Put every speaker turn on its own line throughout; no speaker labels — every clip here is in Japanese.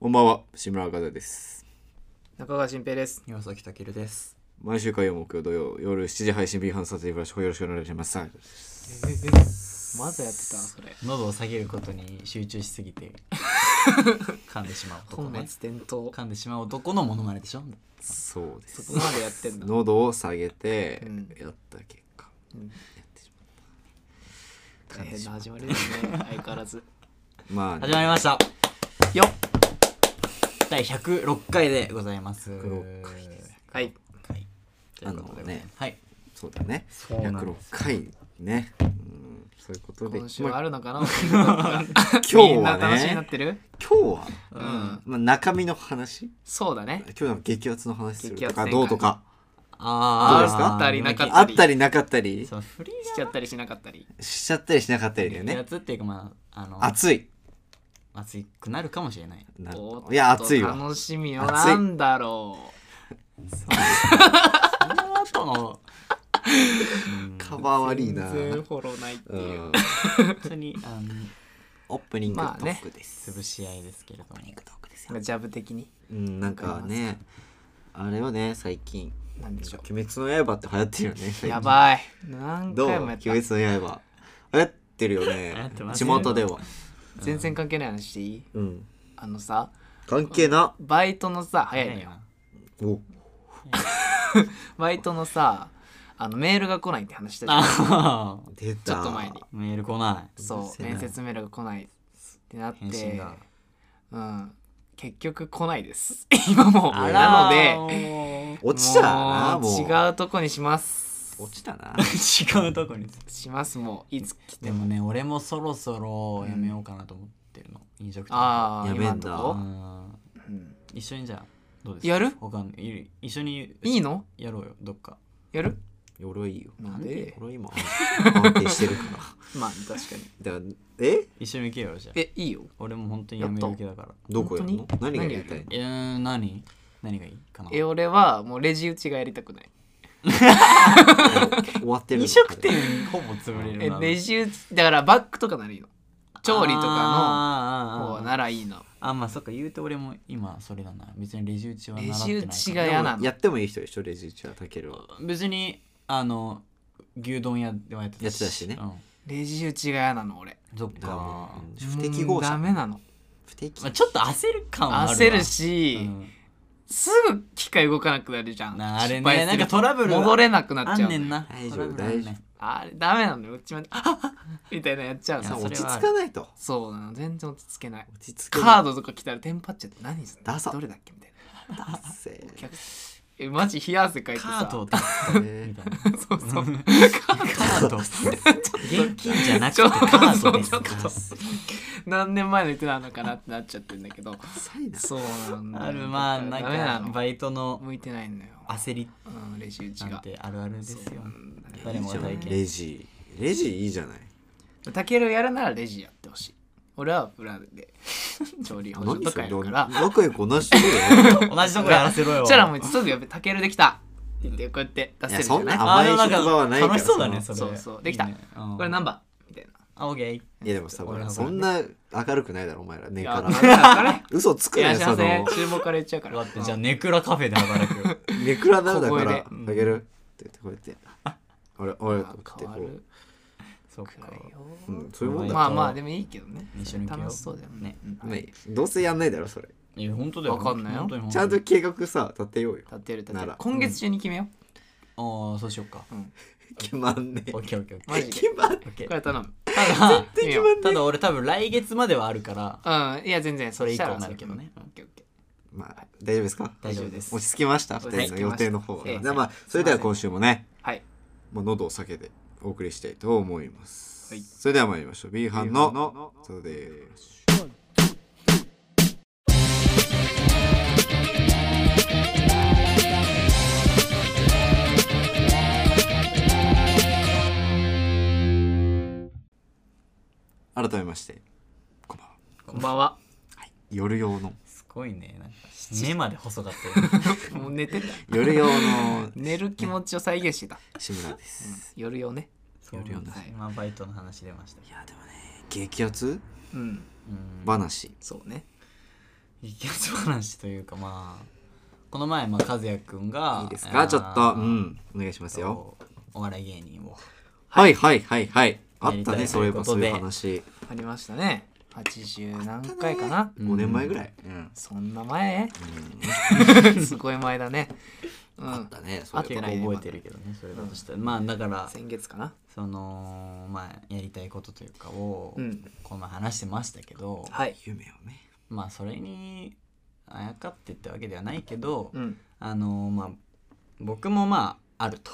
こんばんは、志村和です。
中川新平です。
岩崎健です。
毎週火曜、木曜、土曜、夜7時配信 B 班サティブラッシュ、よろしくお願いします。
まだやってたそれ。
喉を下げることに集中しすぎ て噛んでしまう男
本末
ね。
転倒。
噛んでしまう男のモノマネでしょ。
そうで
そ
す
こ。までやってんだ。
喉を下げて
うん、
やった結果、
うん
やってしまった。
大
感じ
変
し
な
まっ
始まりですね。 相変わらず。
たまあね、
始まりました。よっ。第106回でございます。
106
回
はい。
はい。ということで
あのね
はい。
そうだね。
そうなん
106
です
回ね。うん、そういうことで、
今週
ま
は
あ
あるのか な。
今
み
日
んな
は
楽しみになっ
ね、
てる。
今日は、
うん。
まあ、中身の話
そうだね。
今日の激アツの話すると
激ア
か、
ツ
どうとか、どうですか
あー
あったりなかった
あったりなかったり
そうフリ
しちゃったりしなかったり。
しちゃったりしなかったりだよ
ーなや
ね。
つっていうかまああの
熱い。
熱くなるかもしれない。
なる
おっと
いや、熱いわ。
楽しみよ。
熱い
なんだろ
その後のうん
カ
本
バー
う。
悪いな。
全然フォローないって
う。
いうん
当にあの
オープニングト
まあね
ークです。
潰し合いですけれども。
トークです
まあ。ジャブ的に。
うん、なんかね、あれよね、最近。
なんでしょ
鬼滅の刃って流行ってるよね。最
う。
近
やばい。何
どう
回もや
鬼
った。
滅の刃。 流行ってるよ
流行
ね
って。ますね
巷では。
全然関係ない話していい。
うん。
あのさ、
関係な。
バイトのさ、早いの
ね
よ。
お
バイトのさあのメールが来ないって話してた
ああ
出た。
ちょっと前に
メール来な
そう面接メールが来ないってなっ
い返信
て
が、
うん、結局来ないです 今もう
あら
なのでも
で
う
落ちたな、もう。
違うとこにします
落ちた な。
違うとこに
しますもういつ来て
で
も
もね俺もそろそろやめようかなと思ってるの飲食店
ああ
やめんだ
今
あ
んと
うん
こ、うん
一緒にじゃあどうですか
やる
わかんないい一緒に
いいの
やろうよどっか
やる
俺はいいよ。
なんで
俺は 今、安定してるから。
まあ確かに
だからえ
一緒に行けよじゃあ
えいいよ
俺も本当にやめる気だから
どこやるの
本当に
何がやりたいの
えー何何がいいかな
え俺はもうレジ打ちがやりたくない
終わってる
飲食店 ほぼ潰れ
え
るな
レジ打ちだからバッグとかならいいの調理とか
あ
の
ーあーあー
方ならいいの
あまあそっか言うて俺も今それだな別にレジ打ちは習
レ
ってない
ジ打ちが
から
嫌なの
やってもいい人でしょレジ打ちはたけるは
別にあの牛丼屋ではやって
やってたしね
レジ打ちが嫌なの俺
うん、そっ
だからも
か
う、不適合
うん
者
ダメなの
不適
まあ、ちょっと焦る感はあるわ
焦る、し、
うん
すぐ機械動かなくなるじゃん
なあれね
失敗すると
なんかトラブル
戻れなくな
あ
っちゃ
ん
う
ねんな
大丈夫
トラブルあんね
大
ん
丈
あれダメなのようちまであははみたいなやっちゃう
いや
の
さ
そ
落
れ
ち着
は
かないと
そうなの全然落ち着けない
落ち着け
カードとか来たらテンパっちゃって何すん
ダサ
のどれだっけみたいな
だっせ
お客えマジ冷や汗かいて
カ
さ
ートとかみ
ー
たいな
そうそう
カート現金じゃなく
ち
て
ょ
カ
っと
ートです
ちょっと何年前の人なのかなってなっちゃってんだけど
ダサいな
そうなんだよ
あるまあな
ダメなん
か
の
バイトの
向いてないんだよ
焦り
うんレジ打ち
なん
が
てあるあるです
そう
よ
なんだよ
誰もが体験
レジレジいいじゃない
タケルやるならレジやってほしい。俺は裏で調理補助
何
と
そ
か
れ
やるから。
仲良く同じとこでやる
同じとこやらせろよ
そしたらもうすぐやべ、タケルできたって言って、こうやって出
い
せ
や
るじゃ
そん
ない
な
あ
甘
で
い
もなん
職場はないから
楽しそうだね
そ
そ
の
れ
そうそうできた
いいねうん
これ何番みたいな。
あオッケー
いやでもさ
俺は
ほらそんな明るくないだろお前ら
い
ね
や、
か
だ
ら
から
嘘つく
い
な
ら
よ
っしゃ
そ
いま
の
せ。注文から言っちゃうから。
だってじゃあ
うん
ネクラカフェで働く
ネクラなんだか
小声
ら
で
あげるって言ってこうやって俺俺とかって
変
こ
わ
う
る
そっ
くら
か
いよ。
うんそういうもんだ
まあまあ、でもいいけどね。
一緒に行けよ
楽しそうだよね
ね。
うん
ねどうせやんないだろそれ
いや本当だよ
わかんないよ
本当に本
ちゃ
当
ん
に
と計画さ立てようよ
立てる立
な
てる
ら。
今月中に決めよ
ああそうしようか
う。うん。
決まんねえ
オッケーオッケーオッケー
マジで
決。まんね
オッケ
これ頼む。
ーただ
決めよう
ただ俺多分来月まではあるから
うん。いや、全然、それ以降
それ以降になるけどね
オッケーオッケー。
まあ大丈夫ですか
大丈夫です
落ち着きました
落
2人
ち着
の
き
予
ました
定の方は
ええ
じゃあまあそれでは今週もね
はい。
もう喉を避けてお送りしたいと思います、
はい
それでは参りましょう B 班の「そうで改めましてこんばんは
こんばんは。
夜用の
すごいねなんか目まで細かった よね
もう寝てた。
夜用の
寝る気持ちを再現してた。
志村です、
夜よね。
そう
夜よな
今バイトの話出ましたけ
い
ど
やでもね激アツ
うん。
うん
話
そうね。
激アツ話というかまあこの前まあ和也くんが
いいですかちょっと、う
うん
ん、お願いしますよ。
お笑い芸人を
はいはいはいはい。あ
や
っ
り
た
たい
ね、そういえば
ということ
そう
で
いう話。
ありましたね80何回かな、
5年前ぐらい。うん。
そんな前 すごい前だねう
あっ
ん
たね、そ
あっ
う
た
いえ
結
ば。
構覚えてるけどねそれだとしたら、まあだから
先月かな
そのまあやりたいことというかを、
うん
この前話してましたけど、
はい
夢をね。
まあそれにあやかってってわけではないけど、
うん
あのまあ僕もまああると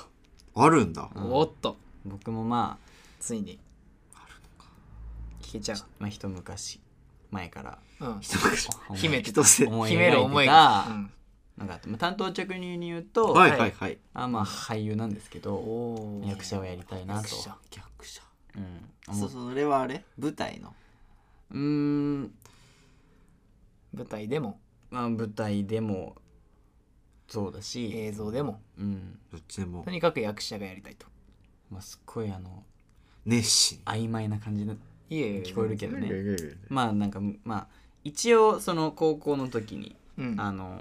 あるんだ。
うん
おっと
僕もまあ、
ついに聞けちゃ
まあ、一昔前から
ううん
一口
思い
秘めて
一つ
思い
秘める思い
が
が、うん
なんかあってまあ担当直入に言うと、
はいはいはい。
あまあ俳優なんですけど
おー
役者をやりたいな
役、
と
者
逆者。
うん、思
そうそれはあれ舞台の。
うーん
舞台でも
まあ舞台でもそうだし、
映像でも
うん
どっちでも
とにかく役者がやりたいと
まあ、すっごいあの
熱心。
曖昧な感じの
いえいえ
聞こえるけどね
ね。
まあなんかまあ一応その高校の時に
うん
あの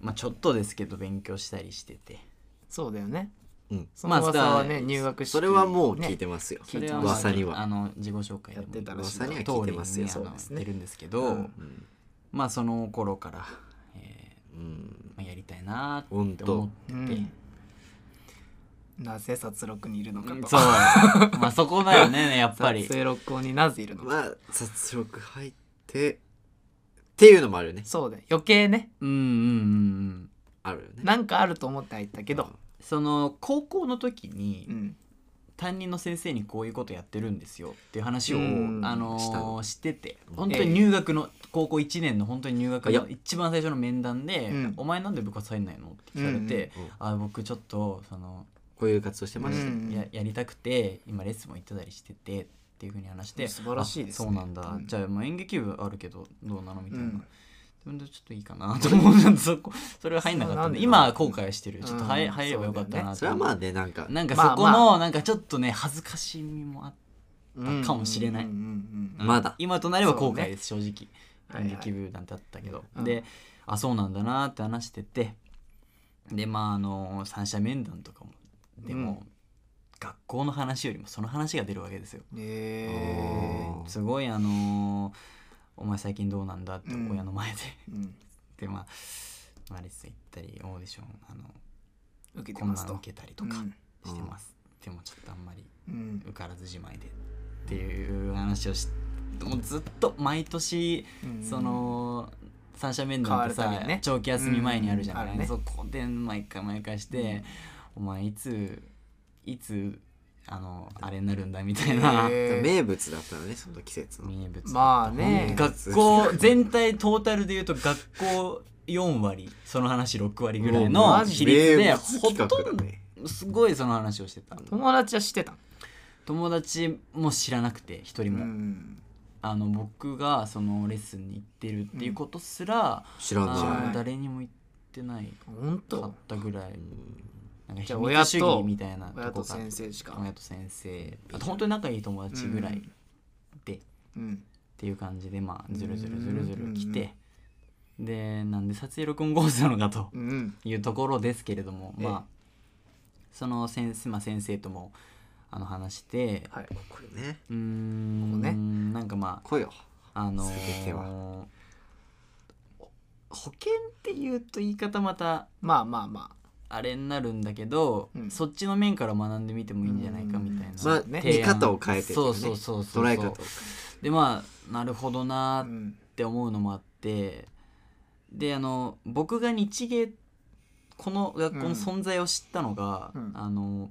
まあちょっとですけど勉強したりしてて
そうだよね
うん。
その噂は
ま
ね入学式
それはもう聞い
ね
てますよ。
それはまあ
噂には
あ。の自己紹介でも
やってたらしい
噂には聞いてますよ
通
りにね
そうです
あの言っる
ね言っててるんですけど、
うん
うん
まあその頃から、え
うん
ーまあ、やりたいなー
ほん
って思っ
と。
てて、
うんなぜ殺戮にいるのかと
そうまあそこだよねやっぱり
撮影録音になぜいるのか
まあ、殺戮入って、っていうのもあるよね。
そうだよ余計ね
うんうんうんうん
あるよね。
なんかあると思って入ったけど
その高校の時に、
うん
担任の先生にこういうことやってるんですよっていう話を、
うん
あの
した
ー
の
してて
うん
本当に入学の、高校1年の本当に入学
いや
の一番最初の面談で「
うん
お前なんで部活入んないの?」って聞かれて
うんうんうん
「あ僕ちょっとその
こういう活動してました。
うん
ややりたくて今レッスンも行ってたりしてて」っていうふうに話して「
素晴らしいですね
あそうなんだ、
うん
じゃあもう演劇部あるけどどうなの?」みたいな。
うん
自分でちょっといいかなと思う そこそれは入んなかった
そうんな
で
んだ
今は後悔してるちょっと入,、
うん
入ればよかったな
それは
と思
ま
う
あね、なんか、
なんか
まあ
そこ
ま
のなんかちょっとね恥ずかしみもあって
うん
かもしれない
うんうんうん
まだ。
今となれば後悔です、正
は
直
いはい
演劇部なんてあったけど、
うん
であそうなんだなって話しててでまああの三者面談とかもでも、
うん
学校の話よりもその話が出るわけですよ、
うんえ
おー
すごいあのお前最近どうなんだって
うん
親の前で、
ーうん
でまあマリス行ったりオーディションあの
受けて
こん
ま
な
す
の
と
受けたりとかしてます、でもちょっとあんまり
うん
受からずじまいでっていう話をしもうずっと毎年
うん
その三者面談
変わ
って
る
さ、
たびにね
長期休み前にあるじゃない、
うんあるね
そこで毎回毎回して、お前いついつあのあれになるんだみたいな、
へー
名物だったのね、その季節の。
名物
まあね
学校全体トータルで言うと学校4割その話6割ぐらい
もう
の
マジ
比率で
名
ほ
物企
と
画
ん
だね
どすごいその話をしてた
友達はしてた
友達も知らなくて一人も、
ん
あの僕がそのレッスンに行ってるっていうことすら、
知ら
あの
ない。
誰にも言ってない
本
か
当
ったぐらいなんか
じゃ
秘
あ
密主義みたいなとこ
親
が
と先生しか
親と先生あと本当に仲いい友達ぐらいで、っ
うん
ていう感じでまあずるずるずるずる来
うん
て、でなんで撮影録音コースなのかと
うん
いうところですけれども、
ええ
まあその先生,、まあ、先生ともあの話して、
はいう
これね。
うーん
ここね
なんかまあ
来いよ。
あの
全ては
ー保険っていうと言い方また
まあまあまあ
あれになるんだけど、
うん
そっちの面から学んでみてもいいんじゃないかみたいな、
まあ、
ね
見方を変えてと
そ
か
う
ね
そうそうそう
捉え方を
でまあなるほどな
う
ーっ
ん
て思うのもあってであの僕が日芸この学校の存在を知ったのが、
うん
あの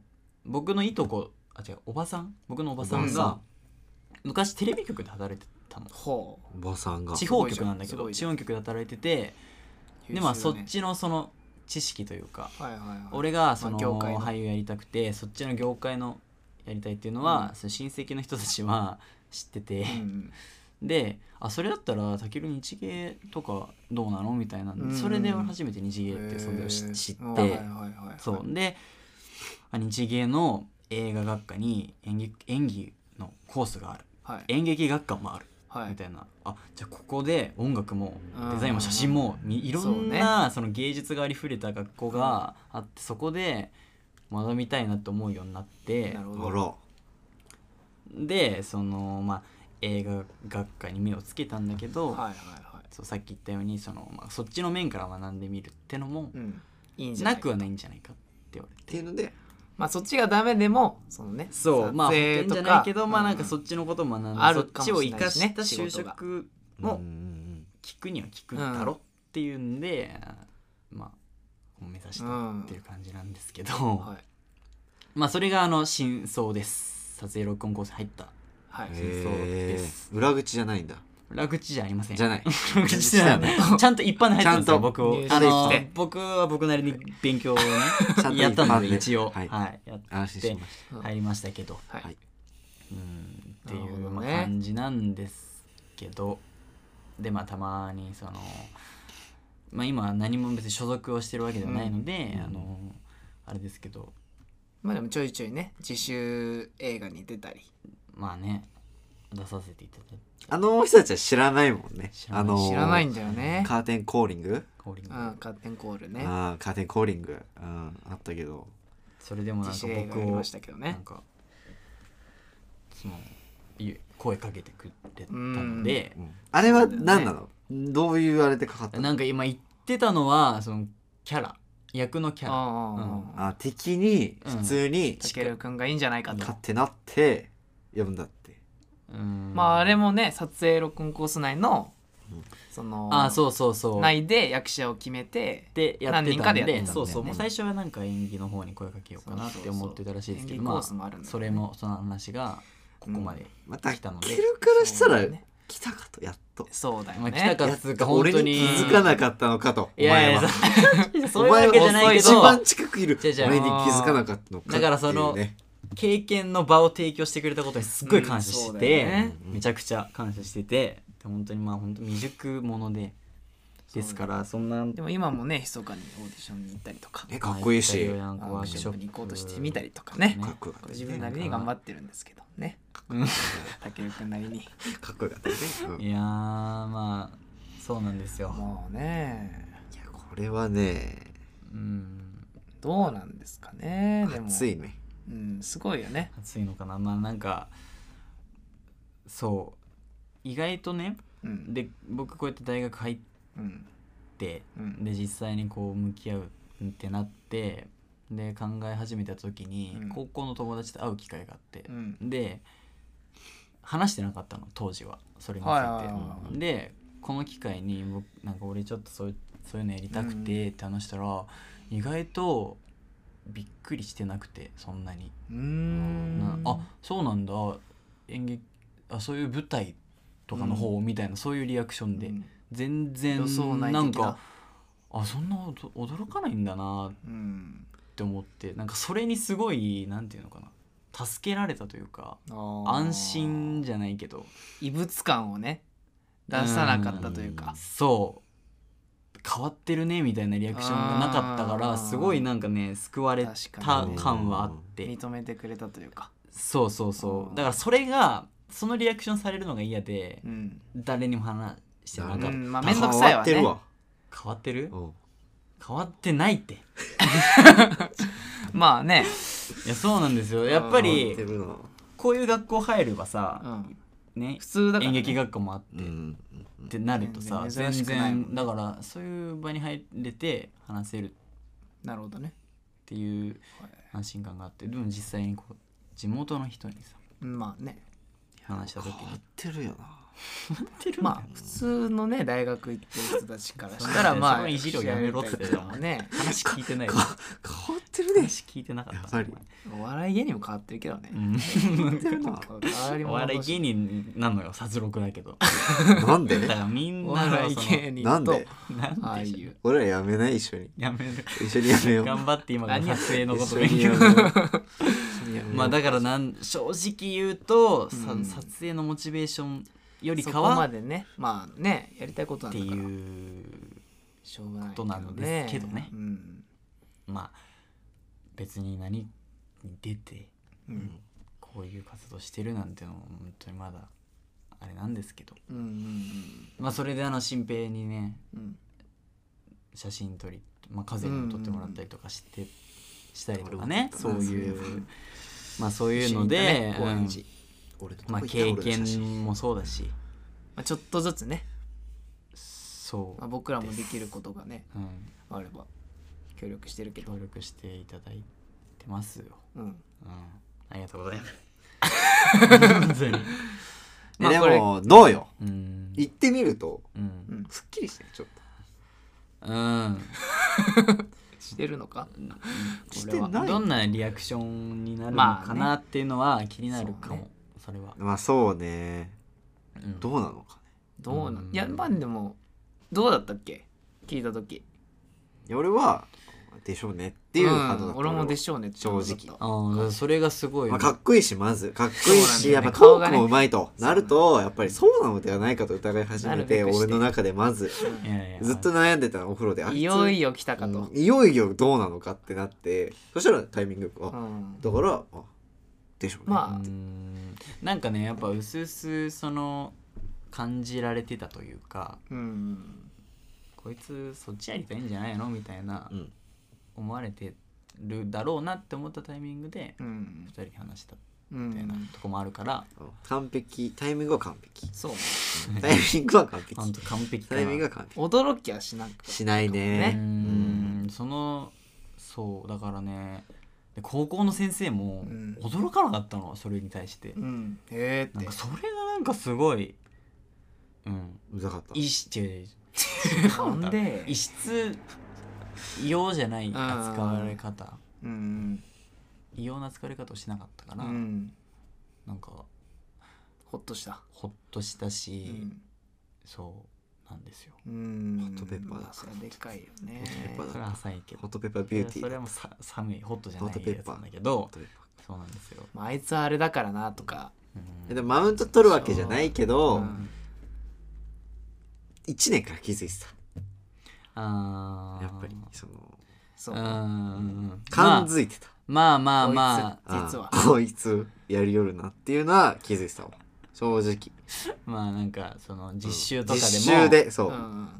僕のいとこあ違うおばさん僕のおばさん
おば
が昔テレビ局で働いてたの
ほ
おばさんが。
地方局なんだけ
すご
ど
いじ
地
ゃ
方局で働いてて
う
でま
優
あ
秀
そ
だね
っちのその知識というか
はいはいはい
俺がそ
ま
の
あ業界の
俳優やりたくてそっちの業界のやりたいっていうのは
う
その親戚の人たちは知ってて
うん
であそれだったらたける日芸とかどうなのみたいな
うん
それで俺初めて日芸っていう存在を
へ
知
ー
知っ
はいはい
て
はいはい
そうであ日芸の映画学科に演劇演技のコースがある
はい
演劇学科もある
はい
みたいなあじゃあここで音楽も
うん
デザインも写真もみいろん
そ
なその芸術がありふれた学校があってそこで学びたいなって思うようになって
なるほ
あ
ど
ら
でそのまあ映画学科に目をつけたんだけど、
はいはいはい
そうさっき言ったようにその、まあ、そっちの面から学んでみるってのも
うんいいんじゃな
ないくはないんじゃないかって言われ
ってい
て
うので
まあそっちがダメでもそのね
そうまあ保
撮影
険じゃ
と
な
か
いけど、まあなんか
うん
そっちのことを学んで
あ
そ
る
っ
かも
ち
し
を
れ
生
ない
か
です
し
ね
た就
仕事が
職
う
も
んうん
聞くには聞くだろっていうんで、まあ目指したっていう感じなんですけど、
はい
まあそれがあの真相です撮影録音コース入った
はい
うん
へそうで
へ
す
ー裏口じゃないんだ
裏口じゃありません
じゃない
裏口じゃない ちゃんと一般に入ってるんです
ちゃ
よ
んと
僕を
入
あ
手
の
して
僕は僕なりに勉強をね
ちゃんと
やったの
一般
で
で
一応は、
はいい
やっ
安心しまし
入りましたけど、
はい
はい
うんって
なる
いう
ほどね
まあ感じなんですけどでまあたまにその、まあ、今何も別に所属をしてるわけではないので、
うん
あのあれですけど
まあでもちょいちょいね自主映画に出たり
まあね出させていただいて
たあの人たちは知らないもんね
知らな
あ
い
の
知らないんだよね
カーテンコーリング
コーリング
うんカッテンコールね
あーカーテンコーリングうんあったけど
それでもなん
自
か
主映画
僕
やり
を
ましたけど
な
ね
んかそのいえ声かけてくれたので
うんあれは何なのどういうあれでかかったの
なんか今言ってたのはそのキャラ役のキャラ
ああ
あ敵に普通に
たけるくんがいいんじゃないかと
勝ってなって呼ぶんだって
うん
まああれもね撮影録音コース内の
うん
その
あそうそうそう
内で役者を決めて
でやって
何人
た
か
ん
で
で
やってたんだよね
そうそうもう最初はなんか演技の方に声かけようかなって思ってたらしいですけど
演技コ
ま
ースもあ
あ
るんだよね
それもその話がここまで、
また
来たので
来るからしたら
そうだね
来たかとやっと
そうだよ
まあ
ね
来たか
や
っ
っ
つうか
と
本
俺
当
に
に
気づかなかったのかと
いやいや
お前は
そそうい
お前
うわ
は
けじゃないけ
一
ど
番近くいる
違う違う
俺に気づかなかったのかっていうね
だからその経験の場を提供してくれたことにすっごい感謝
うん
してて、
そうだよね
めちゃくちゃ感謝してて本当にまあ本当未熟者でですからそんな
でも今もね密かにオーディションに行ったりとか
ねかっこいいし
まあ
か
なんか
あの
ワ
ワ
ー
ー
ク
ク
シ
シ
ョ
ョ
ッ
ッ
プ
プに行こうとしてみたりとかね
っこよかったね
自分なりに頑張ってるんですけどね
うん
たけるくんなりに
かっこよかったねうん
いやーまあそうなんですよ、
もうね
いやこれはね
うん
どうなんですかねでも
熱いね
うんすごいよね
暑いのかなまあなんかそう意外とね
うん
で僕こうやって大学入っ
うん
て
うん
で実際にこう向き合うってなってで考え始めた時に、
うん
高校の友達と会う機会があって
う、ん
で話してなかったの当時はそれにつ
はいはいはいい
てでこの機会に僕なんか俺ちょっとそういうそういうのやりたくてって話したら、意外とびっくりしてなくてそんなに
うー
なんあそうなんだ演劇あそういう舞台とかの方、みたいなそういうリアクションで、
うん
全然
予想内的な
なんかあそんな驚驚かないんだなっ
うん
て思ってなんかそれにすごいなんていうのかな助けられたというか
あー
安心じゃないけど
異物感をね出さなかったというか
そう変わってるねみたいなリアクションがなかったから
あー
すごいなんかね救われた
確かにね
感はあって
認めてくれたというか
そうそうそううんだからそれがそのリアクションされるのが嫌で
うん
誰にも話してなかっ
ん
た
か
うんまあ面
変
倒くさい
わ
わ
ってる
ね
わ
変わってる
うん
変わってないって
まあね
いやそうなんですよやっ
変わ
ぱり
ってるな
こういう学校入ればさ
う、ん
ね
普通だから
演
ね
劇学科もあって、
う
っ
ん
てなるとさ
全然
全
珍しくないもん
然だからそういう場に入れて話せるっ
なるほどね
ていう
はい
安心感があってでも実際にこう地元の人にさ
まあね
話した
変
時
わ
に
ってるよな
まあ普通のね大学行ってる人たちからしたらま
そ
あ
のいじりをやめろって言ってたもん
ね
話聞いてない
か
よ
変わってるね
話聞いてなかった
やっぱり
お笑い芸人も変わってるけどね
うん
変
お笑い芸
人
人なのよ殺戮だ けど
なんで
だからみん
お
なが
笑い
その
芸人と
なんで
なん
ああ
で
い
しょ
う
俺らやめない一緒に
やめる
一緒にやめよう
頑張って今から
何や
撮影のこと
一緒
勉
に
強
やめよう一緒にやめよう
まあだからなん正直言うと、さ
うん
撮影のモチベーションより
そ
か
こま
はっ
でねまあねやりたいことなん
て
だから
いう
しょうがない
ことなんですけどね
うん
まあ別に何に出て
うん
こういう活動してるなんてのも本当にまだあれなんですけど
うんうん
まあそれであの新平にね
うんうん
写真撮り、まあ、家族にも撮ってもらったりとかして、したりとか
なる
ね
ほ
そ
ど
ういう、まあそういうので、
一緒に行ったね高
うん
円寺
俺と
まあ経験もそうだし
まあ、ちょっとずつね、
そ
まあ、僕らもできることがね
う、うん、
あれば協力してるけど
協力していただいてますよ、
うん
うん、ありがとうございます本当に
まあ
で
これ
もどうよ
うん
行ってみると
うん
すっきりしてるちょっ
うん
してるのか
として
これ
ない
どんなリアクションになるの
まあね
かなっていうのは気になるか
そ
も、
うね
それは、
まあそうね
うん
どうなのかね
どうな
うん
んいやまあでもどうだったっけ聞いた時
いや俺はでしょうねっていう反応だった
うん、俺もで
ょ
しょうねって
正直
思った
ああだからそれがすごいよ
ま
ね、
あ、かっこいいしまずかっこいいし、
そう
や
な
っ
んだよ
ぱ
ね
ト
顔が
ー
ね
クもうまいとなるとやっぱりそうなのではないかと疑い始めて
なるべくして
俺の中でまず
いやいや
ずっと悩んでたお風呂であ
いよい
よ
よ来たかと、
いよいよどうなのかってなってそしたらタイミングよく
う
あ
ん
だからあでしょうね
まあ
うーんなんかねやっぱうすうすその感じられてたというか
うん
こいつそっちやりたいんじゃないのみたいな
うん
思われてるだろうなって思ったタイミングで
うん
2人で話した
う
みたいなんとこもあるから
うん完璧タイミングは完 璧
そうね
タイミングは完
ほん
璧
と完璧か
タ
な
イミングは完璧
驚きはしなく
しない
うー
ね
んそのそうだからねで高校の先生も
うん
驚かなかったのそれに対して
うんへえ
な
って
んかそれがなんかすごいうん
うざかった
いいし違う違う違う
なんで
異質異様じゃない扱われ方
うん
異様な扱われ方をしなかったか
う
ら、
ん
なんか
ほっとした
ほっとした
う
し、
ん
そうなんですよ
うん
ホットペッパーだ
まあそれはでかいよね
ホットペッパーだ
それは浅いけど
ホットペッパービューティー
それ
ホ
はもうさ寒いホットじゃない
ホットペッ
やつ
パー
なんだけど
ットペッパー
そうなんですよ、
まああいつはあれだからなとか
うん
えでもマウント取るわけじゃないけ
う
ど
ん
1年から気づいてた
あー
やっぱりその
そうう
ーん
感づいてた
まあまあまあ
こい実は
あこいつやりよるなっていうのは気づいてたわ正直
まあなんかその実習とかでも、
実習でそううん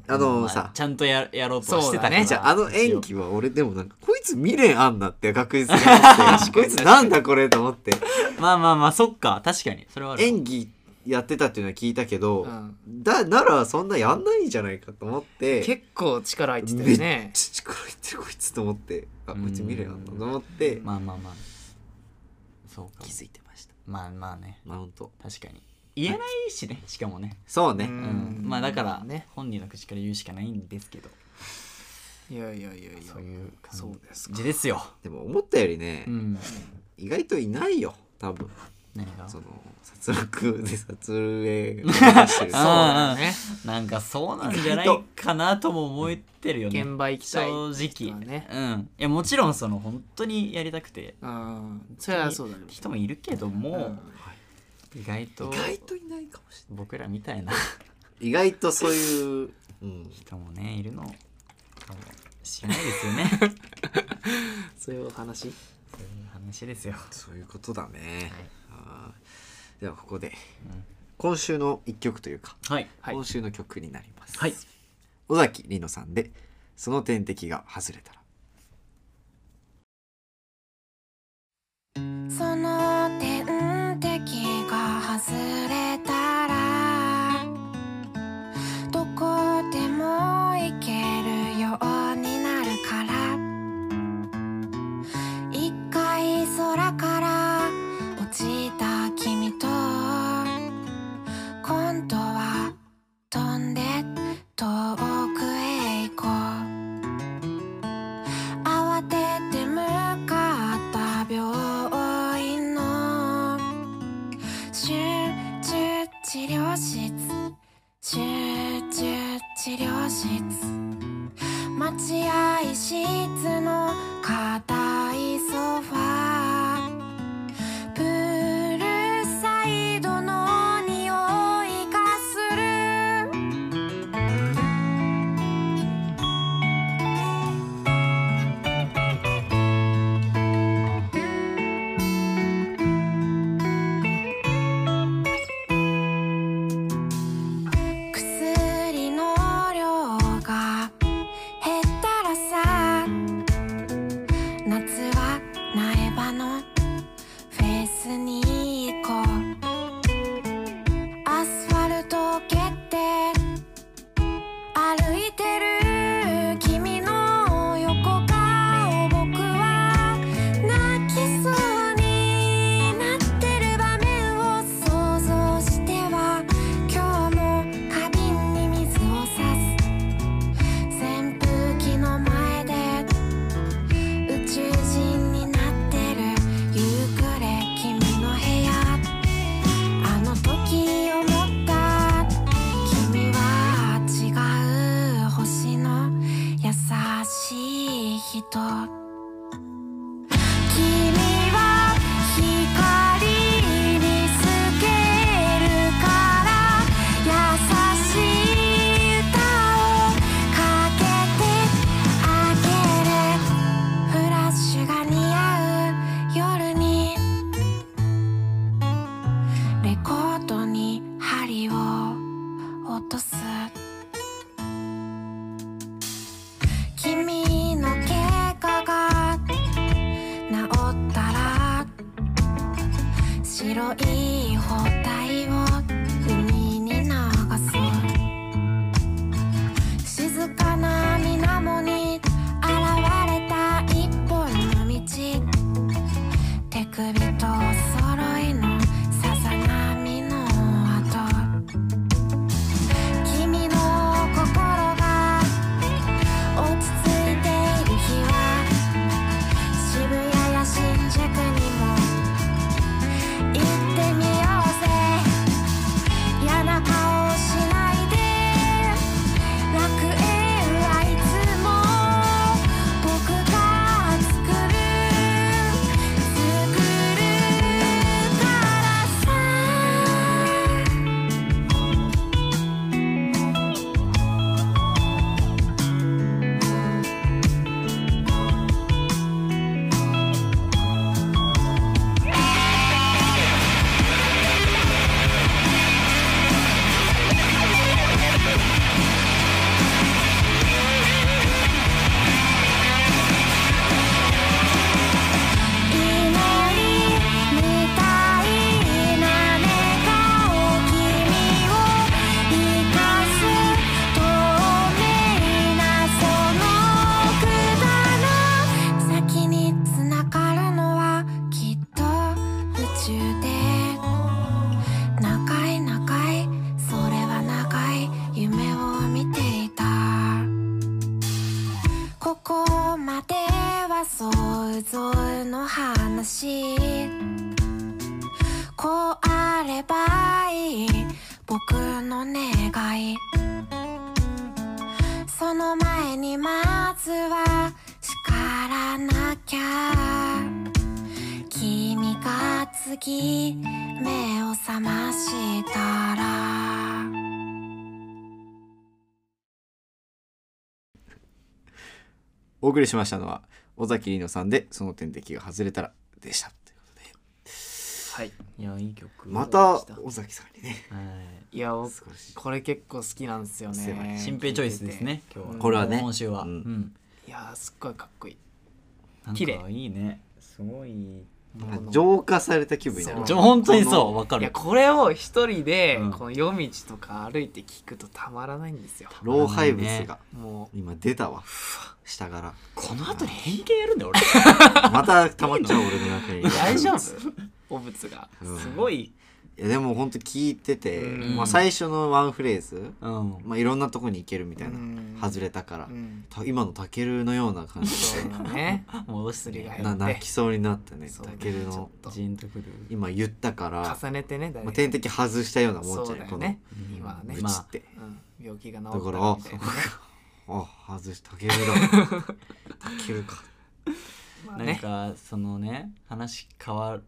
あ
ま
の
あ
さ
ちゃんとややろうとはしてたか
そう
ら、
だね
じゃああの演技は俺でもなんかこいつ未練あんなって確実に思って こいつなんだこれと思って
まあまあまあそっか確かにそれはある
演技やってたっていうのは聞いたけど、
うん
だならそんなやんないんじゃないかと思って
結構力入ってた
め
よ
っ
ね
ちゃ力入ってるこいつと思ってあ
うん
こいつ未練あんだと思って
まあまあまあそうか
気づいてました
まあまあね
マウント
確かに言えないしねしかもね、
そうね、
うん
うんまあだから、
ね
本人の口から言うしかないんですけど
いやいやいやいや
そういう
そう
感
ですか
じですよ、
でも思ったよりね、
うん、
意外といないよ多分
何が
その殺戮で殺影を出してる
あ
そうだね
なんかそうなんじゃないかなとも思ってるよね
現場行きたい
正
人
直、
はね
うんいやもちろんその本当にやりたくて
うんそれはそうだね
人もいるけども、意外と
意外といないかもし
僕らみたいな
れない意外とそういう、うん、
人もねいるのかもしれないです よね
そういうお話
そういう話ですよ
そういうことだね、あーではここで、
うん
今週の一曲というか
はい
はい
今週の曲になります、
はい
尾崎里乃さんで「その天敵が外れたら
その天敵が外れたらどこでも行けるようになるから一回空から落ちた君と今度は飛んで遠くへ行こう慌てて向かった病院の集中治療室集中治療室待合室の硬いソファープールサイドの匂いがすると」「君は光に透けるから」「優しい歌をかけてあげる」「フラッシュが似合う夜に」「レコードに針を落とす」「君の怪我が治ったら」「白い包帯を海に流す」「静かな水面に現れた一本の道」手首とお揃いのさざ波の跡君の心が落ち着いている日は渋谷や新宿にも行ってみようぜ嫌な顔しないで楽園はいつも僕が作る「作るからさ」祈りみたいな願いを君を生かす透明なその管の先に繋がるのはきっと宇宙で長い長いそれは長い夢を見ていたここまでは想像の話こうあればいい僕の願いその前にまずは叱らなきゃ君が次目を覚ましたら
お送りしましたのは尾崎里乃さんでその点滴が外れたらでしたということで
はい
いやいい曲
ま
は
た尾崎さんにね
いや僕
少し
これ結構好きなんですよ
すいませ
ね
い新平チョイスですね
聞いてて
今日
これはね
今週は
う
うんん
いやーすっごいかっこいい
なん
綺
か
麗
いいねすごい
なんか浄化された気分になる
そう
じゃ本当に
こ
そう
の
わか
いや
る
これを一人で
うん
この夜道とか歩いて聞くとたまらないんですよ
老廃物が
も
今出たわ下か
この後に偏見やるんだよ俺
らまた溜まっちゃう俺の中に
う大 丈夫お仏が
うん
すごい
いやでも本当聞いてて、
うん
まあ、最初のワンフレーズ、
うん
まあ、いろんなとこに行けるみたいな、
うん
外れたから、
うん
た今のタケルのような感じ
そうだね
戻す
薬
り
な
が入
が
って
泣きそうになったね
そう
タ
ね
ケル
ちょ
の
っと
ジーンとくる
今言ったから、ま
重ねてね誰
あ、
か
点滴外したようなもんじ
そ
ゃ
う
ない
だよ
この
ね今はね
ブチって、
うん病気が治った
だから
みたいなね
あ外したタ ケルだタケルか
まあ
なん
ね
かそのね話変わ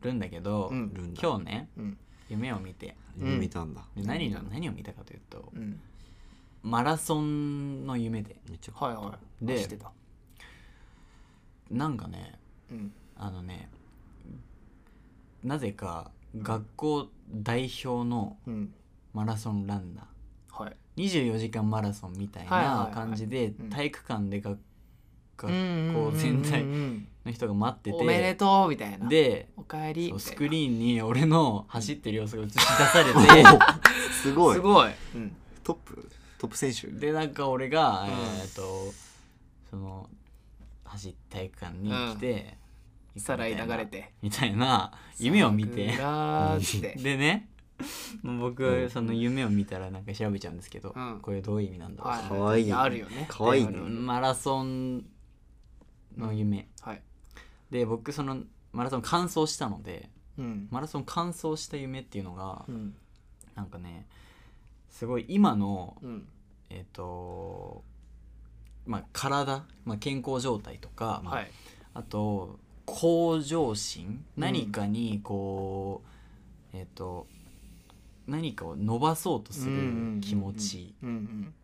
るんだけど、
うん
るんだ
今日ね
うん
夢を見て
夢見たんだ、
で何の何を見たかというと
うん
マラソンの夢で
めっちゃ
はいはい
で
知ってた
なんかね
うん
あのねなぜか学校代表の
うん
マラソンランナー
はい
24時間マラソンみたい
はいはいは
ない感じで
うん
体育館で学学
うんうんうん
校
うん
全体の人が待って
おめで
て
とうみたいな
で
おかえり
そう
みたい
ス
な
クリーンに俺の走ってる様子が映し出されて
すごい
すごいうん
トップトップ選手
でなんか俺が、
うん
えっとその走って体育館に来て、
さらい流れて
みたいな夢を見て
桜って
でね
う
僕
ん
その夢を見たらなんか調べちゃうんですけど、
うん
これどういう意味なんだろう、
は
かわいい
やあるよね
かわいいね
あるある
マラソンの夢、
はい
で僕そのマラソン完走したので
うん
マラソン完走した夢っていうのが
うん
なんかねすごい今の
うん
えっ、とまあ、体、まあ、健康状態とか、まあ
はい
あと向上心何かにこう、えっ、と何かを伸ばそうとする気持ち、
うんうん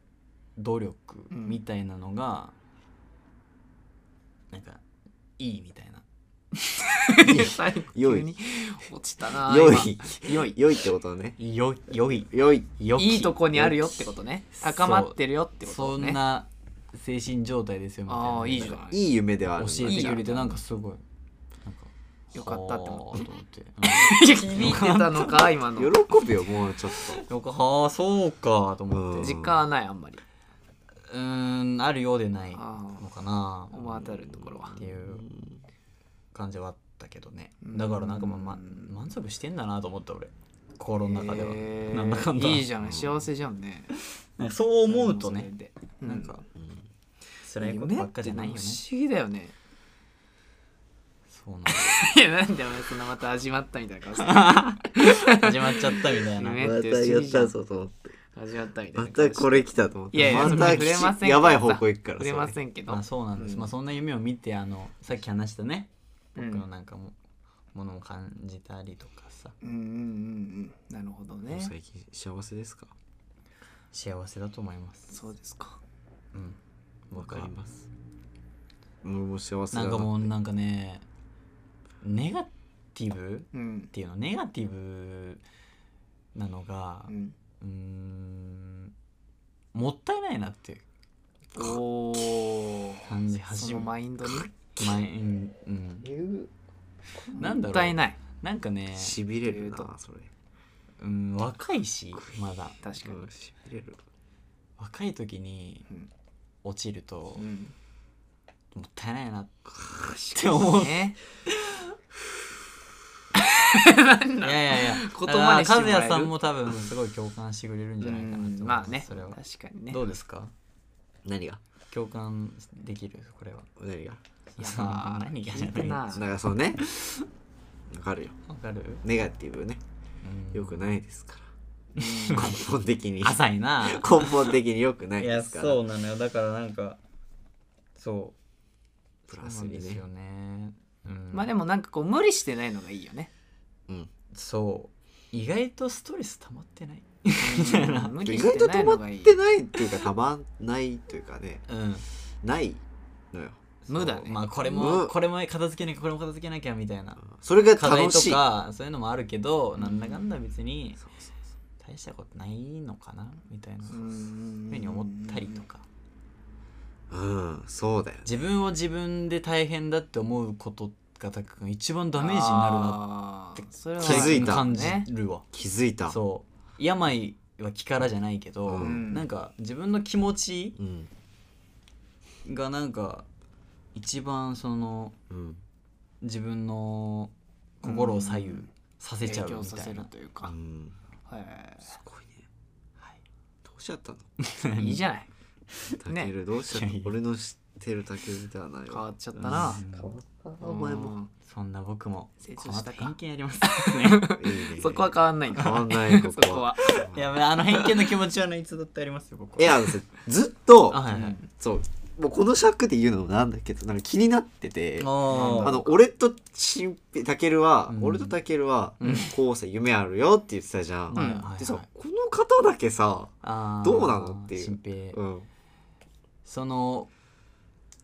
努力
うん
みたいなのが、なんかいいみたいな
いや最後
良い
急に落ちたな
良
今
い
良い
良いってことね
よよい
良い
よ
い
き
いとこにあるよってことね
そう
高まってるよってこと
そ
ね
んな精神状態ですよみたいな
あーいいじゃない
いい夢ではあるんだ
教え
いい
て
じゃ
く
ん
れてなんかすごいなんか
よかったって思
はーと思って、
いや響いてたのか今の
喜べよもうちょっ
うん、よか はあそうかと思って、
うん
う
実感はないあんまり
ーんあるようでない
あー
のかな
思い当たるところは
っていう感じはあったけどね
うん
だからなんかまあ、ま、満足してんだなと思った俺心の中では、
へー
なんだかんだ
いいじゃない幸せじゃんね
なんかそう思うとね
それもそれで
なんか
と、うん
辛いことばっかじゃないよね
夢って不思議だよ ね
そうなの
いやなんでお前そんなまた始まったみたいな顔す る
始まっちゃったみたい な
夢
またやったぞと思って
始まったみた
ま
いな顔して
たこれ来たと思って
いやいや
ま
そんな
た
触れませんけど
やばい方向行くから
触れませんけど
まあそうなんです、
うん
まあそんな夢を見てあのさっき話したね
う
僕
ん
のなんかも、ものを感じたりとかさ
うんうんうんうんなるほど
それ
ね
最近幸せですか
幸せだと思います
そうですか
うん
わ
僕
か
は
ります俺も幸せだ
なんかもうなんかねネガティブ
う
っ
ん
ていうのネガティブなのが
う
うんーんもったいないなっていう
おお
感じ始
そ
め
のマインドに
前うん、うん、なんだろう
もったいない
なんかね、
しびれる
えー
な
と
それ
うん、若いしまだ
確かに
うんしびれる
若い時に
うん
落ちると、
うん
もったいないなっ
って
思う
ね
いやいやいや
言葉にしてもらえる
だから和也さんも多分すごい共感してくれるんじゃないかなと思い
うん
ま
ますあね
それは
確かにね
どうですか
何が
共感できるこれは
何が
いや
何が
聞いて
わ
な
だからそうねわかるよ
かる、
ネガティブね
うん
良くないです から根本的に
浅い な
根本的に良くない
い
で
や
すから
そうなのよだからなんかそう
プラス
そうなん
に
です
ね
よね、うん、
まあでもなんかこう無理してないのがいいよ ね
うん
そう意外とストレス溜まってない
うん無理
意
し
外と
てな
溜
いの
ま
が
っ
いい
てないっていうか溜まんないというかね
うん
ないのよ
無だね
そうまあこれ
無
もこれも片付けなきゃこれも片付けなきゃみたいな
それが
課題
楽
と
しい
かそういうのもあるけどなんだかんだ別に
そうそうそう
大したことないのかなみたいな
う
ふ
ん
うに思ったりとか
うんそうだよね
自分を自分で大変だって思うことがたく一番ダメージになるなっ
なってそれは
て
気づいた
感じ
ね
るわ
気づいた
そう病は気からじゃないけど、
うん
なんか自分の気持ち
うん
がなんか一番その
うん
自分の心を左右させちゃう
影
み
響さ
た
せ
い
る
な、
という
う
か
ん
は
すごいね
はい
どうしちゃったの
いいいじゃない
タケルどうしちゃった
い
の
や
俺の知ってるタケルではない
変わ
わ
っちゃったな
うんお前も
うん
そんな僕も
成
こ
長
の
した
後
か
偏見あります
いいね
そこは変わんないんだ
変わんないこ
そ
こは
こは
ねいやあの偏見の気持ちはねいつだってありますよ僕
い
は
やあのさずっと
あはいはい、
そうもうこの尺で言うのもなんだけどなんか気になってて
おー
あの俺とチンピタケルは、
うん
俺とタケルは、こうさ夢あるよって言ってたじゃん、
はいはい
うん
はい
でさこの方だけさ、
あー
どうなのっていう
心平
うん、
その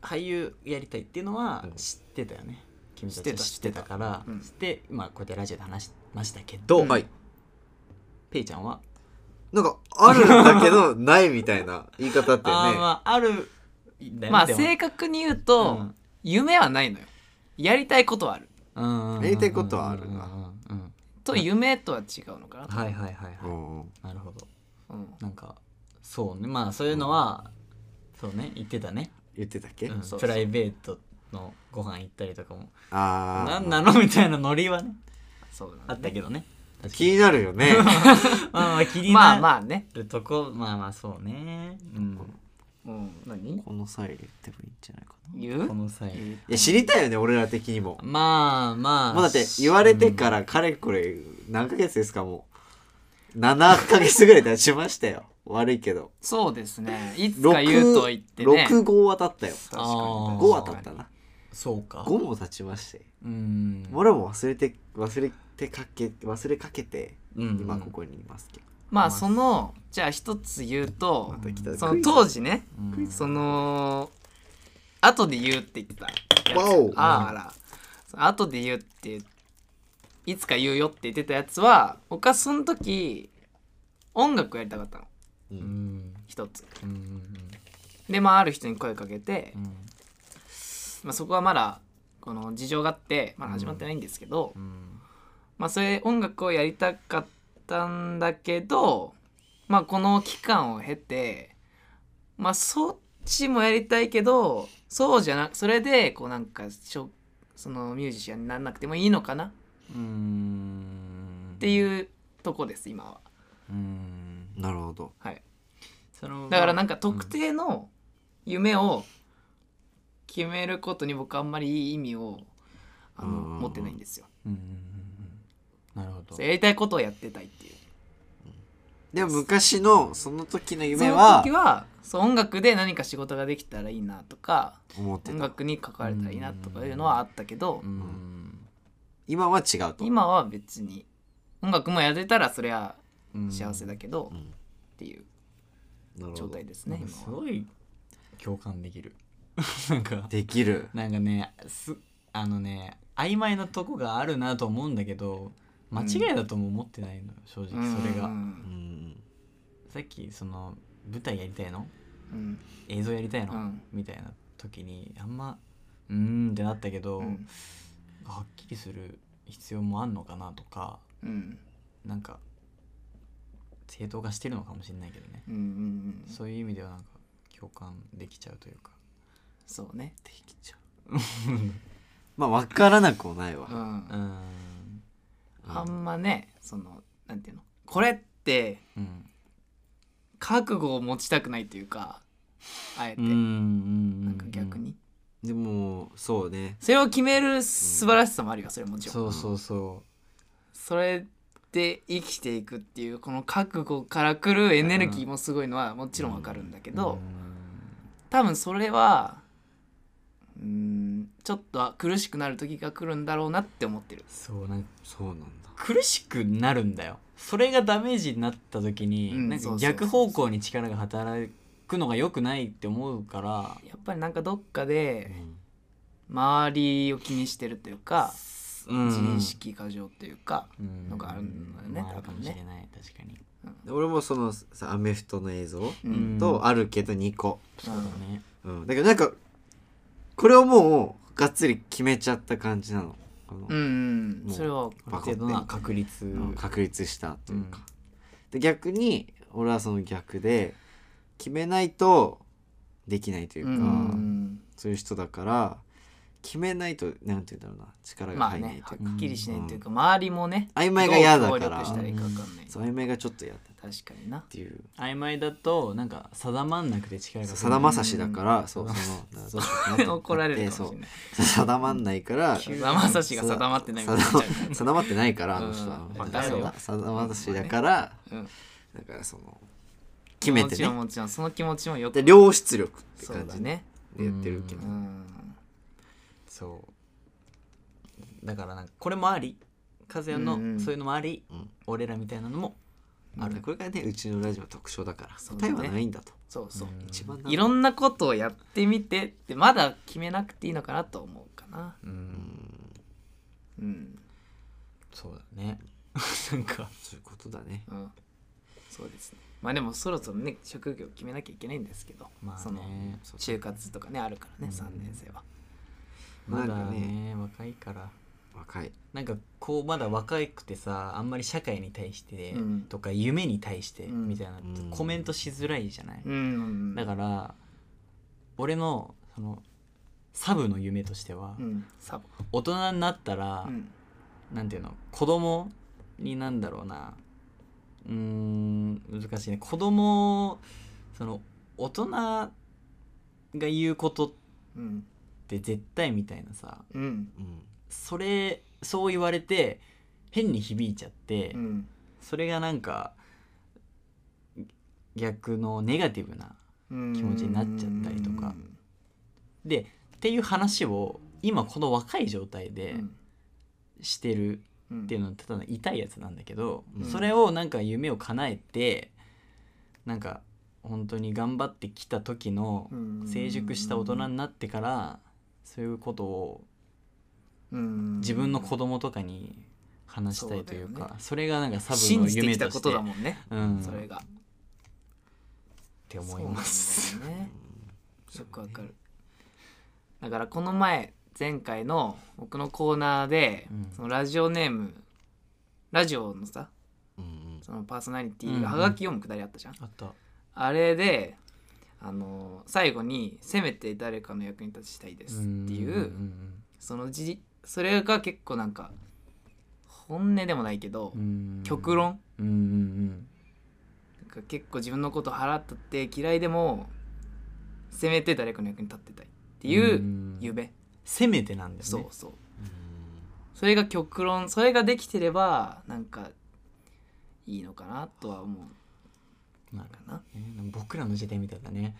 俳優やりたいっていうのは
うん
知ってたよね、君た
知って
ち
た
知ってたから
うん
知ってまあこうやってラジオで話しましたけど、
と、はい
ペイちゃんは、
なんかあるんだけどないみたいな 言い方だったよ
あ
ね
ー、まああるんだよね
まあ
でも
正確に言うと、
うん
夢はないのよやりたいことはある
うんうんうんうん
やりたいことはあるな
うんうん
と夢とは違うのかなと、
はいはいはいはい、
うん
なるほど
うん
なんかそうねまあそういうのは、そうね言ってたね、
言ってたっけ、
うん
そう
プライベートのご飯行ったりとかも
あ
なん
あ
なのみたいなノリはね
そう
あ
だ
った
ね
けどね確か
気
に
になるよ ね
まあまあ気に
ま
な
あ
る
まあね
とこまあまあそうね、うん、
うん何
この際で言ってもいいんじゃないかな
言う
この際
言う
いや知りたいよね俺ら的にも
まあまあ
もうだって言われて
ら、
からかれこれ何ヶ月ですかもう7ヶ月ぐらい経ちましたよ 悪いけど
そうですねいつか言うと言ってね
6号は当たったよ
確か
あー
5は当たったな
そうか
5も経ちまして
うん
俺も忘れて忘れてかけ忘れかけて今ここにいますけど、
まあそのじゃあ一つ言うと
また来た
その当
時
時ね
うんうん
その後で言うって言ってたやつ
わお
あーあらその後で言うっていつか言うよって言ってたやつは僕はその時音楽やりたかったの
うん
一つ
うんうん
でまあある人に声かけて、
うん
まあ、そこはまだこの事情があってまだ始まってないんですけど、
うん
まあそれ音楽をやりたかったんだけどまあこの期間を経てまあそっちもやりたいけどそうじゃなそれでこうなんかしょそのミュージシャンにならなくてもいいのかなっ
うん
ていうとこです今は。
うん
なるほど
はい、
その
だからなんか特定の夢を決めることに僕あんまりいい意味をあの
うんうんうん
持ってないんですよ。
うんうんうんうんなるほど
やりたいことをやってたいっていう。
でも昔のその時の夢
その時
は
はそう音楽で何か仕事ができたらいいなとか
思って
音
た
楽に関われたらいいなとかいうのはあったけど、
うん
今は違うと
今は別に音楽もやれたらそりゃ
うん
幸せだけど、
うん
っていう
なるほ
状
ど
態ですね
なんかす
今は
ごい共感で きるなんか
できる
なんかねすあのね曖昧なとこがあるなと思うんだけど間違いだとも思ってないのよ正直それ
う
が
うんん
さっきその舞台やりたいの
うん
映像やりたいの、
うん
みたいな時にあんまうーんってなったけど、
うん
はっきりする必要もあんのかなとか
うん
なんか正当化してるのかもしれないけどね
うんうん
そういう意味ではなんか共感できちゃうというか
そうね
できちゃうまあ分からなくもないわ、
うん、
うーん
あんまねそのなんていうのこれって
うん
覚悟を持ちたくないというかあえて、
うんうん
なんか逆に、
でもそうね
それを決める素晴らしさもあるよそれもちろん
そうそうそ
それで生きていくっていうこの覚悟からくるエネルギーもすごいのはもちろんわかるんだけ
う
ど、
うん
多分それはうーんちょっとは苦しくなる時が来るんだろうなって思ってる。
そうなんか
そうなんだ
苦しくなるんだよそれがダメージになった時に、
うん
なん
そ
か
うそうそう
逆方向に力が働くのが良くないって思うから
やっぱりなんかどっかで周りを気にしてるというか、
うん
自意識過剰というか、
うん
のがあるんだよね
まああ
多
るか
分
もし
ね
れない確かに
で俺もそのさアメフトの映像
うん
とあるけど2個、
そうだね
うん、だけどなんかこれをもうがっつり決めちゃった感じなのこの、
うん、うん、それは
ある程度な確率
うん確立したというか、で逆に俺はその逆で決めないとできないという
う
か、
ん、
そういう人だから決めないとなんて言うんだろうな力が
まあ
入らない
ね
と
は
いうか、
っきりしないというか、周りもね
曖昧が嫌だか
どう協力したら
ら
いいか分かんない、
そう曖昧がちょっと嫌だっ
確かにな
ていう
曖昧だとなんか定まんなくて力が
さだまさしだからそうそのそうそうそう
怒られるかもし
そ
れ
う
ない。
定まんないから
さだまさしが定まってないみたいになっちゃうから
定まってないからあ
うん
の人は
まあ
だか
誰
ら
よ
定まさしだから
うん
だからその決め
も
て
ちろん
ね
もちろんその気持ちもよく
で良出力って
そう
感
だ
じねで
ね。
やってるけ
う
ど
ん。
そうだからなんかこれもあり和也の
うんうん
そういうのもあり、
うん
俺らみたいなのも
あるこれがねうちのラジオの特徴だから
そうだ
答え
ね
はないんだと
そうそう。
一番
いろ
なん
なことをやってみてってまだ決めなくていいのかなと思うかな。
うん、
うん。
そうだね なんか
そういうことだね
うん。そうですね。まあでもそろそろね職業決めなきゃいけないんですけど、
まあ
その
ね
就活とかねあるから
うん
ね3年生は。
まだ
なんか
ね
ね
若いから
若い
なんかこうまだ若くてさあんまり社会に対して
うん
とか夢に対して
うん
みたいな
うん
コメントしづらいじゃない、
うん。
だから俺のそのサブの夢としては、
うん。サボ。
大人になったら
う、ん。
なんていうの子供になんだろうなうーん難しいね子供その大人が言うことっ
うん。
て絶対みたいなさ
うん。
うん
それそう言われて変に響いちゃって、
うん。
それがなんか逆のネガティブな気持ちになっちゃったりとかでっていう話を今この若い状態でしてる
っ
っていうのはただ痛いやつなんだけど、
うん
それをなんか夢を叶えてなんか本当に頑張ってきた時の成熟した大人になってからそういうことを自分の子供とかに話したいという
そうだ
か
よ
そ,、れがなんかサブ
信
の
じて
夢
きた
とし
こ
て
と
っ
だもんね、
うん
それが
て思います。
そうなんだよねよくわかるだからこの前前回の僕のコーナーで、
うん
そのラジオネームラジオのさ
うんうん
そのパーソナリテ
う
ィ
んうん
がハガキ読むくだりあったじゃん、
あった
あれであの最後に「せめて誰かの役に立ちたいです」っていう,、
うん
そのじそれが結構なんか本音でもないけど、
うんうん
極論
うんうん
なんか結構自分のこと払ったって嫌いでもせめて誰かの役に立ってたいっていうん夢、
せめてなんだよね
そうそうそれが極論それができてればなんかいいのかなとは思う
なる
かな
ね僕らの時代みたいだ ね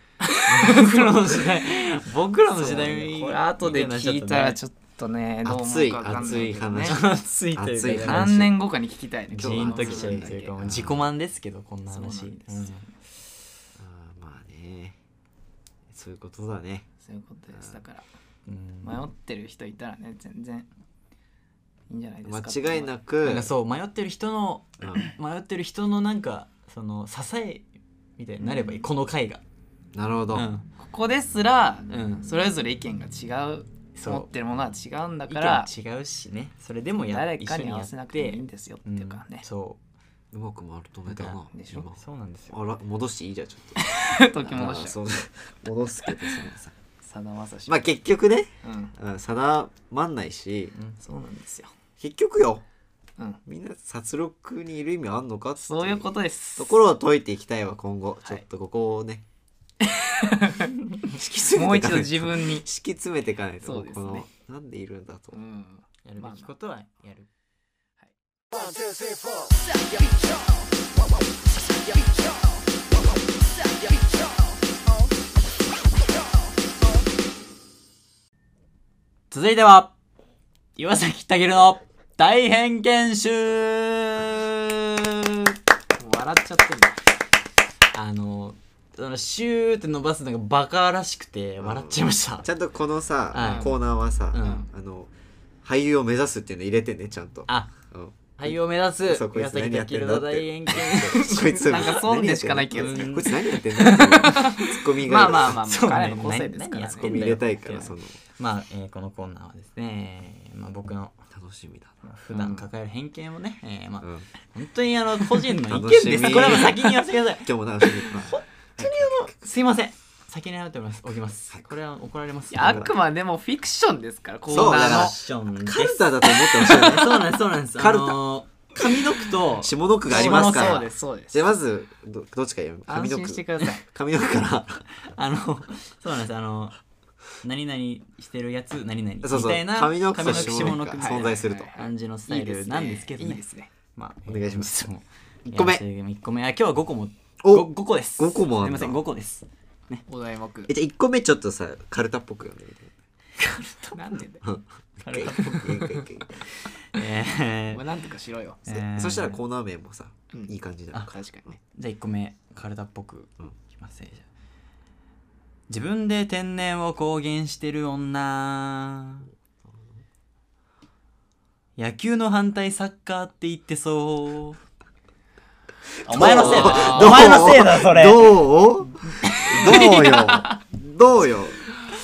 僕らの時代僕らの時代
そうねこれ後で聞いたらちょっとねどう思うかわかんないけどね
熱い熱い話熱いう
ょっと熱いとい
話
か
何年後かに聞きたいね
ジーンときちゃうというかもう自己
満
満ですけどこんな話
そうなんですよ
あーまあねそういうことだね
そういうことですだから
うんうん
迷ってる人いたらね全然いいんじゃないですか
間違いなく
なんかそう迷ってる人の
うん
迷ってる人のなんかその支えみたいになればいい、
うん
この回が
なるほど、
うん
ここですら
うん
それぞれ意見が違う
そう
持ってるものは違うんだ
意
から
見違うしねそれでもや
誰かに合わせ
一緒
な
やっ
くて
て
もいいんですよっていうか
う
ね
ん、そう
まくまとめたな
でしょ
今
うそうなんですよ
あら戻していいじゃんちょっと
時戻し
あー
ちゃう
そう戻すけどそのさ
さだまさ し
まあ結局ね
うん
うん定まんないし
そうなんですよ
結局よ
うん
みんな殺戮にいる意味あんのかって
そういうことです
ところを解いていきたいわ今後、
はい
ちょっとここをね敷き詰
もう
めてか
一度
ないと
自分に
敷き詰めていかないと
そうですね
このなんでいるんだと
うん
やるべきことはやる続いては岩崎武の大変研修
笑っちゃってる
あのそのシューって伸ばすのがバカらしくて笑っちゃいました、
ちゃんとこのさ、
はい
コーナーはさ、
う
あの俳優を目指すっていうの入れてねちゃんと
あ
うん
俳優を目指す
そうこいつ
岩崎
何やって
武
んだ
の
って
大変研
こいつ
なんか損でしかない気がす
何やってんの
る
こいつ何やってんだっていうツッコミが
な まあまあまあまあ
そうね
彼の個性ですから
何や
ね
っ
ツッ
て
コ
ん
ミ
だ
入れたいから
って
その
まあ、えーこのコーナーはですね、まあ、僕の
楽しみだな、
普段抱える偏見をね、えーまあ、
うん、
本当にあ の個人の意見で
楽し
す
み
これはもう先に言わせてください
今日も楽しみだな
すいません先に謝っておりますおきますこれは怒られます
いやあくまでもフィクションですからコー
そうだか
ナ
ら
ー
ションです
カルタだと思ってほしい よね
そうなんですそうなんです
カルタ
あのー上の句と
下の句がありますから
のそうですそうです
じゃあまずどどっちから読む上
安
の
心して
句
ください
上の句 から
あのそうなんですあの何々してるやつ何々
そうそう
みたいな
上の句と
上
下の句
下の句
存在すると
はいはいはい
感じのスタイルなんですけどね
いいですね
まあ
お願いします
も
一個目
1個目あ今日は5個も
お
5, 五個です
五個もあん
す
だ
いません5個です
お題目
えじゃあ1個目ちょっとさカルタっぽく読んで
なんでだよ
カ
み
ルタ
ていいかいいかいいか
え
お前なんとかしろよ
えー
そしたらコーナー名もさ、
うん
いい感じだ
あ
な
確かにね
じゃあ1個目体っぽく
うん
いきますね、じゃあ自分で天然を公言してる女野球の反対サッカーって言ってそうお前のせいだ
どう
お前のせいだそれ
どうどう よどうよ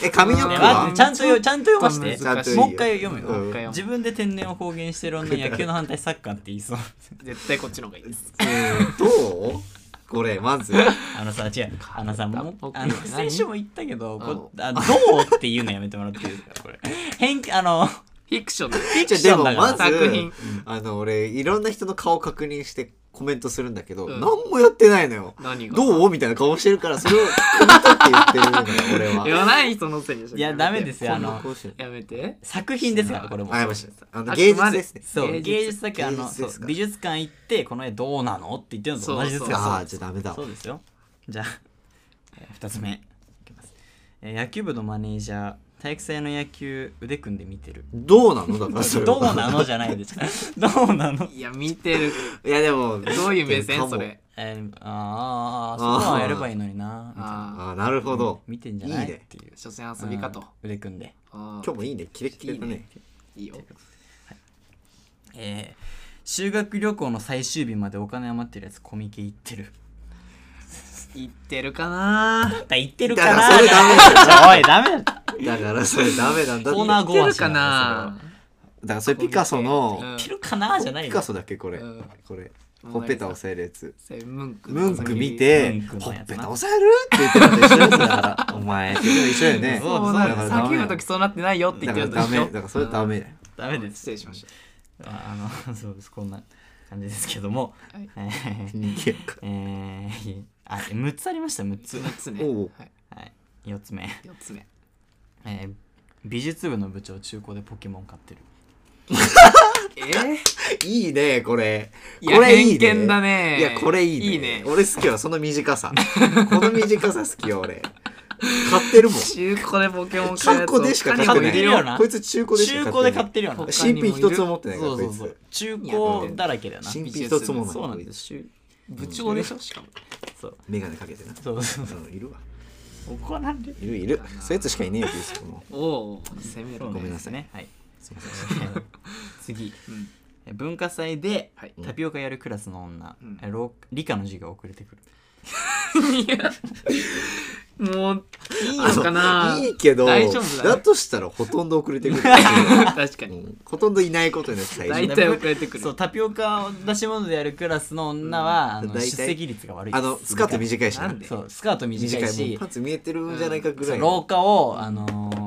え髪の毛
ね
は
待ってちゃんとよちゃんと読まし
ちょっと難してい
もう一回読む
うん
よ、
一回読む
自分で天然を公言してる女野球の反対サッカーって言いそう
絶対こっちの方がいいです
うんどうこれま ず
あのさ違うあのさもう
僕
あの
何
先週も言ったけどこあどうっていうのやめてもらっていいですかこれ偏見あの
フィクションです
じゃあでもまず
作品
あの俺いろんな人の顔確認してコメントするんだけど、
うん
何もやってないのよ
何が
どうみたいな顔してるからそれを組み取って言ってるのよ俺は
言わない人のせいにしょ
いやダメですよあ
こんな
の
顔してる
やめて
作品ですからこれも
あやばいしあの
あ
芸術ですね
そう芸術だけあ
芸
の
術ですか
そう美術館行ってこの絵どうなのって言ってるのと同じですか
そう
ら
ああじゃあダメだ
そうですよじゃあ、え2つ目いきます、えー野球部のマネージャー体育祭の野球腕組んで見てる
どうなのだからそれは
どうなのじゃ ないですかどうなの
いや見てる
いやでも
どういう目線それ
えー、あーあーそうはやればいいのになみたいな
あ
あーなるほど
見てんじゃな
い
い
いね
っていう
あ所詮遊びかと
うん腕組んで
今
今日もいいねキレッキレだね
いいよ
えー修学旅行の最終日までお金余ってるやつコミケ行ってる
言ってるかな
だ行ってる
だ
か
かららそれダメだよ
おいダメだって
だからそれダメなんだって
コ
だ
ーナー
か
5
言っ
話
てるかな
らそれピカソの
うん
行ってるかなじゃない
ピ
よ
カソだっけこれ
うん
これほっぺた押さえるやつ
それムンク
ムンク見
ム
て
ンク
ほ
の
っ
やつ
ぺ
な
た押さえるって言ってるのと一緒ですだからお前って一緒だよね
そ
だ
うな
から
る
ダメ
叫ぶ時そうなってないよって言
だ
っ
か
て
らダメ
ると一緒
だからそれダメだよ
ダメです
失礼しました
ああの そうですこんな感じですけども、
はい
えー
人間か
えーあ6つありました6つ
6つね
おう
はい
はい、4つ目、
4つ目
えー美術部の部長中古でポケモン買ってる
えー
いいねこれ
いや
これいいね
偏見だね
いやこれいいね
いいね
俺好きよその短さこの短さ好きよ俺買ってるもん
中古でポケモン買う
中
やつ
古でしか買って
他にも入
な
れ
い
ような
こいつ中古でしか
中古で買って
る
るよな
他
新
にもい
品
る
一つも持ってないか
そ
ら
う
こ
そ
いう
そ
つ
う中古だらけだよな
新品一つもない
そうなん
こい
で
つ
すし
部長でしょしかも
そう
眼鏡かけてな
そ うそう
うんいるわ
怒らんで
いるいるそういうやつしかいねえよですよも
おお攻める
ごめんなさい
ね はい
すいま
次
うん
え文化祭で
はい
タピオカやるクラスの女、
うん
えろう理科の授業遅れてくる
いやもういいの
あの
かない
いけど
大丈夫だね
だとしたらほとんど遅れてくる
確か
う
に
んほとんどいないことになって最
大
初
体遅れてく
そう
る
タピオカを出し物でやるクラスの女
う
は、
ん
あの
大体
出席率が悪いで
あ
す
のスカート短いし
な
なん
で
そうスカート短
短
い
いもう
し
パンツ見えてるんじゃないかぐ
そ
ら
う
い
廊
の
下を、あのー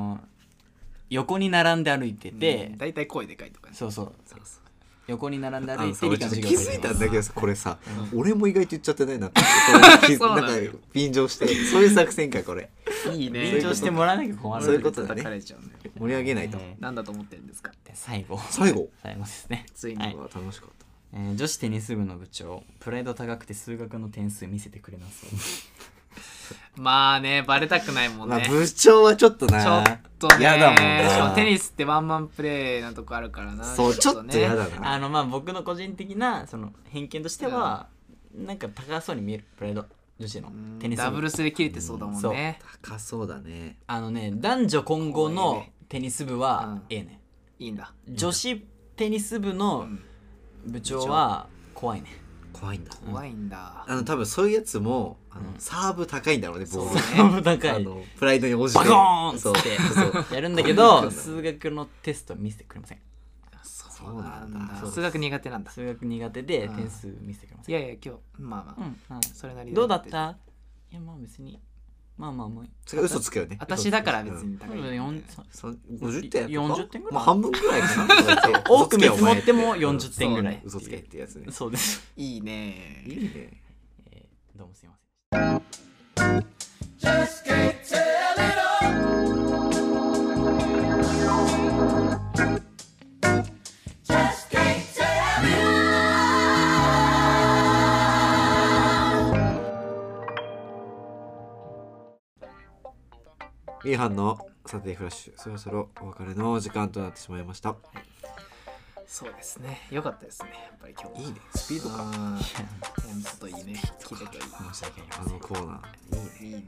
横に並んで歩いてて、
うん大体声でかいとかね
そうそう
そうそう
横に並んで
あ
歩
の
い
さ
て
俺
理
ちょっ
科の
と
授
気
業
づい
遅
た
れ
ん
て
だけどさこれさ
う
俺も意外と言っちゃってないなって
そうな
なんん
だ
か
よ
便乗してそういう作戦かこれ
いいね
緊張してもらわなきゃ困る
そういうことだね
叩かれちゃうね
盛り上げないと
え
なんだと思ってるんですか
ー最後
最後
最後ですね
ついに
はい
あ楽しかった
えー女子テニス部の部長プライド高くて数学の点数見せてくれなそう
まあねバレたくないもん
まあ
ね
部長はちょっとな
ちょっとね
嫌だもんな
しかもテニスってワンマンプレーなとこあるからな
そうちょっと嫌だな
あのまあ僕の個人的なその偏見としては、なんか高そうに見えるプライド女子のテニス部
ダブルスで切れてそうだもんね
高そうだね
あのね男女混合
こういう
の
ね
テニス部は
うん
ええね、
いいんだ
女子テニス部の
ん
部長は怖いね
怖いんだ
怖いんだ
あの多分そういうやつもあの
うん
サーブ高いんだろうねボール
サブ 高
あ
い
のプライドに応じて
バコーンっつ
そ
っ
う
て
そう
やるんだけ
こういう
ど
の
数学のテスト見せてくれません
そうな
そうなん
ん
だ
だ数学苦手なんだ
数学苦手で
うん
点数見せてくれませ
い
ん
やいや今日まあまあ、
うんあ
それなりに
どうだったいやまあ別にまあまあもう
それ嘘つくよね
私だから別に
多
高い、
分4
そ50点とか
40点ぐらい
まあ半分ぐらいかな
多く見積
嘘つけお
も
前
っても40点ぐらい
嘘つけってやつね
そうです
いいね
いいね
えーどうもすいません
ミーハンのサテデーフラッシュそろそろお別れの時間となってしまいました
そうですねよかったですねやっぱり今日
いい
い
ねスピード感
かといいねキレとい
申し訳ありま
あ
せん
のコーナー
いいいね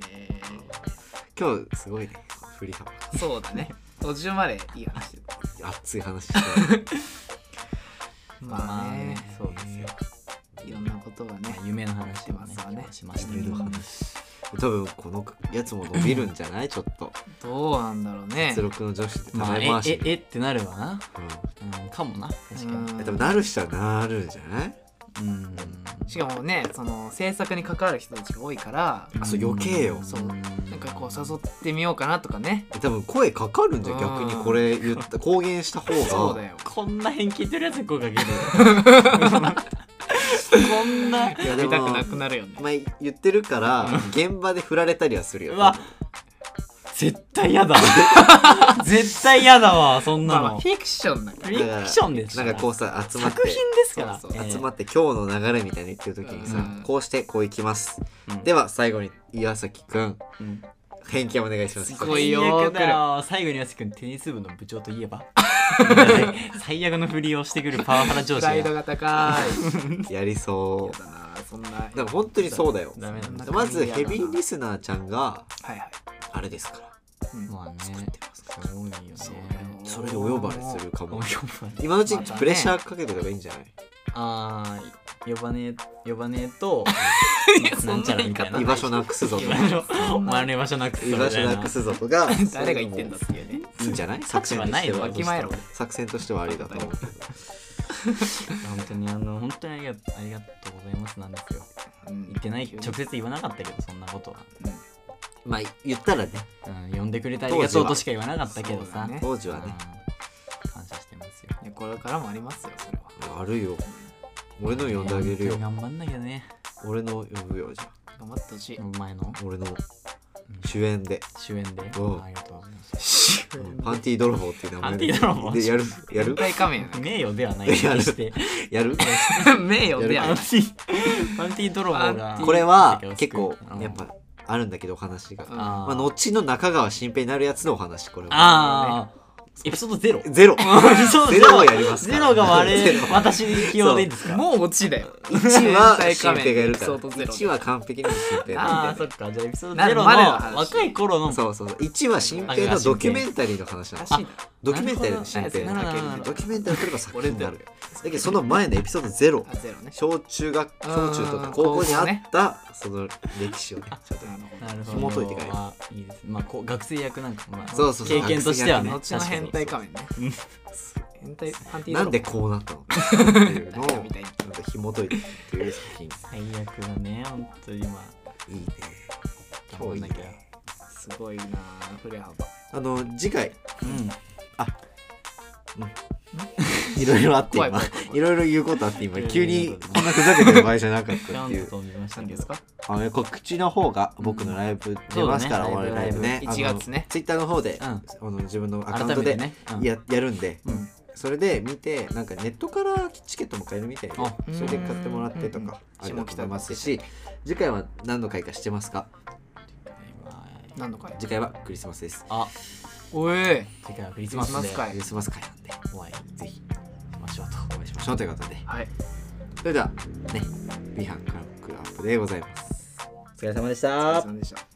今日すごいね振り幅
そうだね途中までいい話してた
熱い話したね
まあね
そうですよ
いろんなことがね
まあ夢の話はね
出ますわね
今日しましたけ
夢
ど
の話多分このやつも伸びるんじゃないちょっと
どうなんだろうね
出力の女子ってた
まあ
ら
え
い回し
え
で
えってなるわな
うん
うんかもな確か
うん
え多分なる人はなるんじゃない
にうん
しかもねその制作に関わる人たちが多いから
あそう余計よ
そうなんかこう誘ってみようかなとかね
え多分声かかるんじゃん
う
逆
ん
にこれ言った公言した方
そうだ
が
よ
こんな変聞いてるやつに声かける こんない
やで
見たく
も
なくなるよね
まあ言ってるから現場で振られたりはするよ
うわ絶対嫌だ絶対嫌だわそん
ま
な
あまあ
の
フィクションだから
フィクションです
なんかこうさ集まって
作品ですから
そうそう
集まって今日の流れみたいな言ってる時にさ、
うん
こうしてこういきます、
うん
では最後に岩崎くん
うん
偏見お願いします
すごいよ
最
ー
悪だよ最後に安くんテニス部の部長とい えばうん最悪のふりをしてくるパワハラ上
プ
司
ライド
が
が高
やりそ
いだなそんな
うでも本当にそうだよ
ダメなんだ
まずヘビーリスナーちゃんが
はいはい
あれですから
まあねすごいよね
それでお呼ばれするか
お呼
も
ばれ
今のうちにプレッシャーかけてればいいんじゃない、
あー呼ばねえ呼ばねえ と
そんな
なんちゃらみたいな
居場所なくすぞと
居
か
場所お前の居場所なくす
居場所なくすぞとか
誰が言ってんだっていうね
いいんじゃない
価値はないよ
作戦としては
わきまえろ
作戦としてはありだと思うけど
本当にあの本当にありがありがとうございますなんですよ
うん
言ってない直接言わなかったけどそんなことは、
まあ言ったらね
うん、呼んでくれてありがとうとしか言わなかったけど
そうだ
さ、
ね
当時はね
うん感謝してますよ
いやこれからもありますよそれは
あるよ俺の呼んであげるよ
本当に頑張んなきゃね
俺の呼ぶよじゃあ
頑張ってほしい
お前の
俺の主演で、
主演で
うん
ありがとうございます
パンティー泥棒っていう名前で
パンティー泥棒
でやるやる
一回仮面や
名誉で はない
いや
決して
やる
な名誉で
パ
は
ン
な
テ
い
ィパンティ泥棒が
これは結構
うん
やっぱあるんだけどお話が、
うん
あー
まあ、後の中川新平になるやつのお話これは
ああエピソードゼロ
ゼロ ゼロをやりますから
ゼロが 悪
ゼ
い
ロ
私に起用でいいんですか
もう落ちだよ
1は
変態
新
仮面
平がやるから
エピソードゼロ
1は完璧に新平
あ
な
あ
ん
そ
で
っかじゃあエピソード
な
ゼロの
まだの話
若い頃の
そうそうそう1は新平のドキュメンタリーの話な
ら
の
しいな
ドキュメンタリーの新平
なるほどなるほど
ドキュメンタリーを撮れば作品にな る
俺
だけどその前のエピソードゼロ
あゼロね
小中学
うん
小中とか高校にあ
高校ね
ったその歴史をねちょっと
なるほど
なるほど
紐解いてから
まあいいですまあこう学生役なんかまあ
そうそうそう
経験としてはね
学
後の変態仮面
うん
ね変態パンティー
なんで
こ
こうなったのっていう のを
みたいに
なんか紐解いてっていう作品
最悪だね本当にまあ
いいね
頑張んなきゃ
すごいな振れ幅
あの次回
うん
いろいろあって
怖い
今
怖い怖い
いろいろ言うことあって今
いろいろ
急
言
に
うこと
こんなふざけてる場合じゃなかったっ
ガ
てい
ン
う
と飛びました
何
け
で
ど
すか
あの告知の方が僕のライブ出ますから
うん
お笑いライブね
そうだねライブライブ1月ね
ツイッターの方で
うん
あの自分のアカウン
改
ト
め
で
てねうん
ややるんで
うん
それで見てなんかネットからチケットも買えるみたいで
あ
それで買ってもらってとかあ
うん
り
う
が
ん
とうございますし次回は何の回かしてますか
何の回
次回はクリスマスです
あ
おい
次回はクリスマス
クリ
で
スマス会
クリスマス会なんで
お会いぜひしましょうとお会いしまし
ショーということで
はい
それではね B 班クラブクラップでございますお疲れ様でし
お疲れ
た
様でした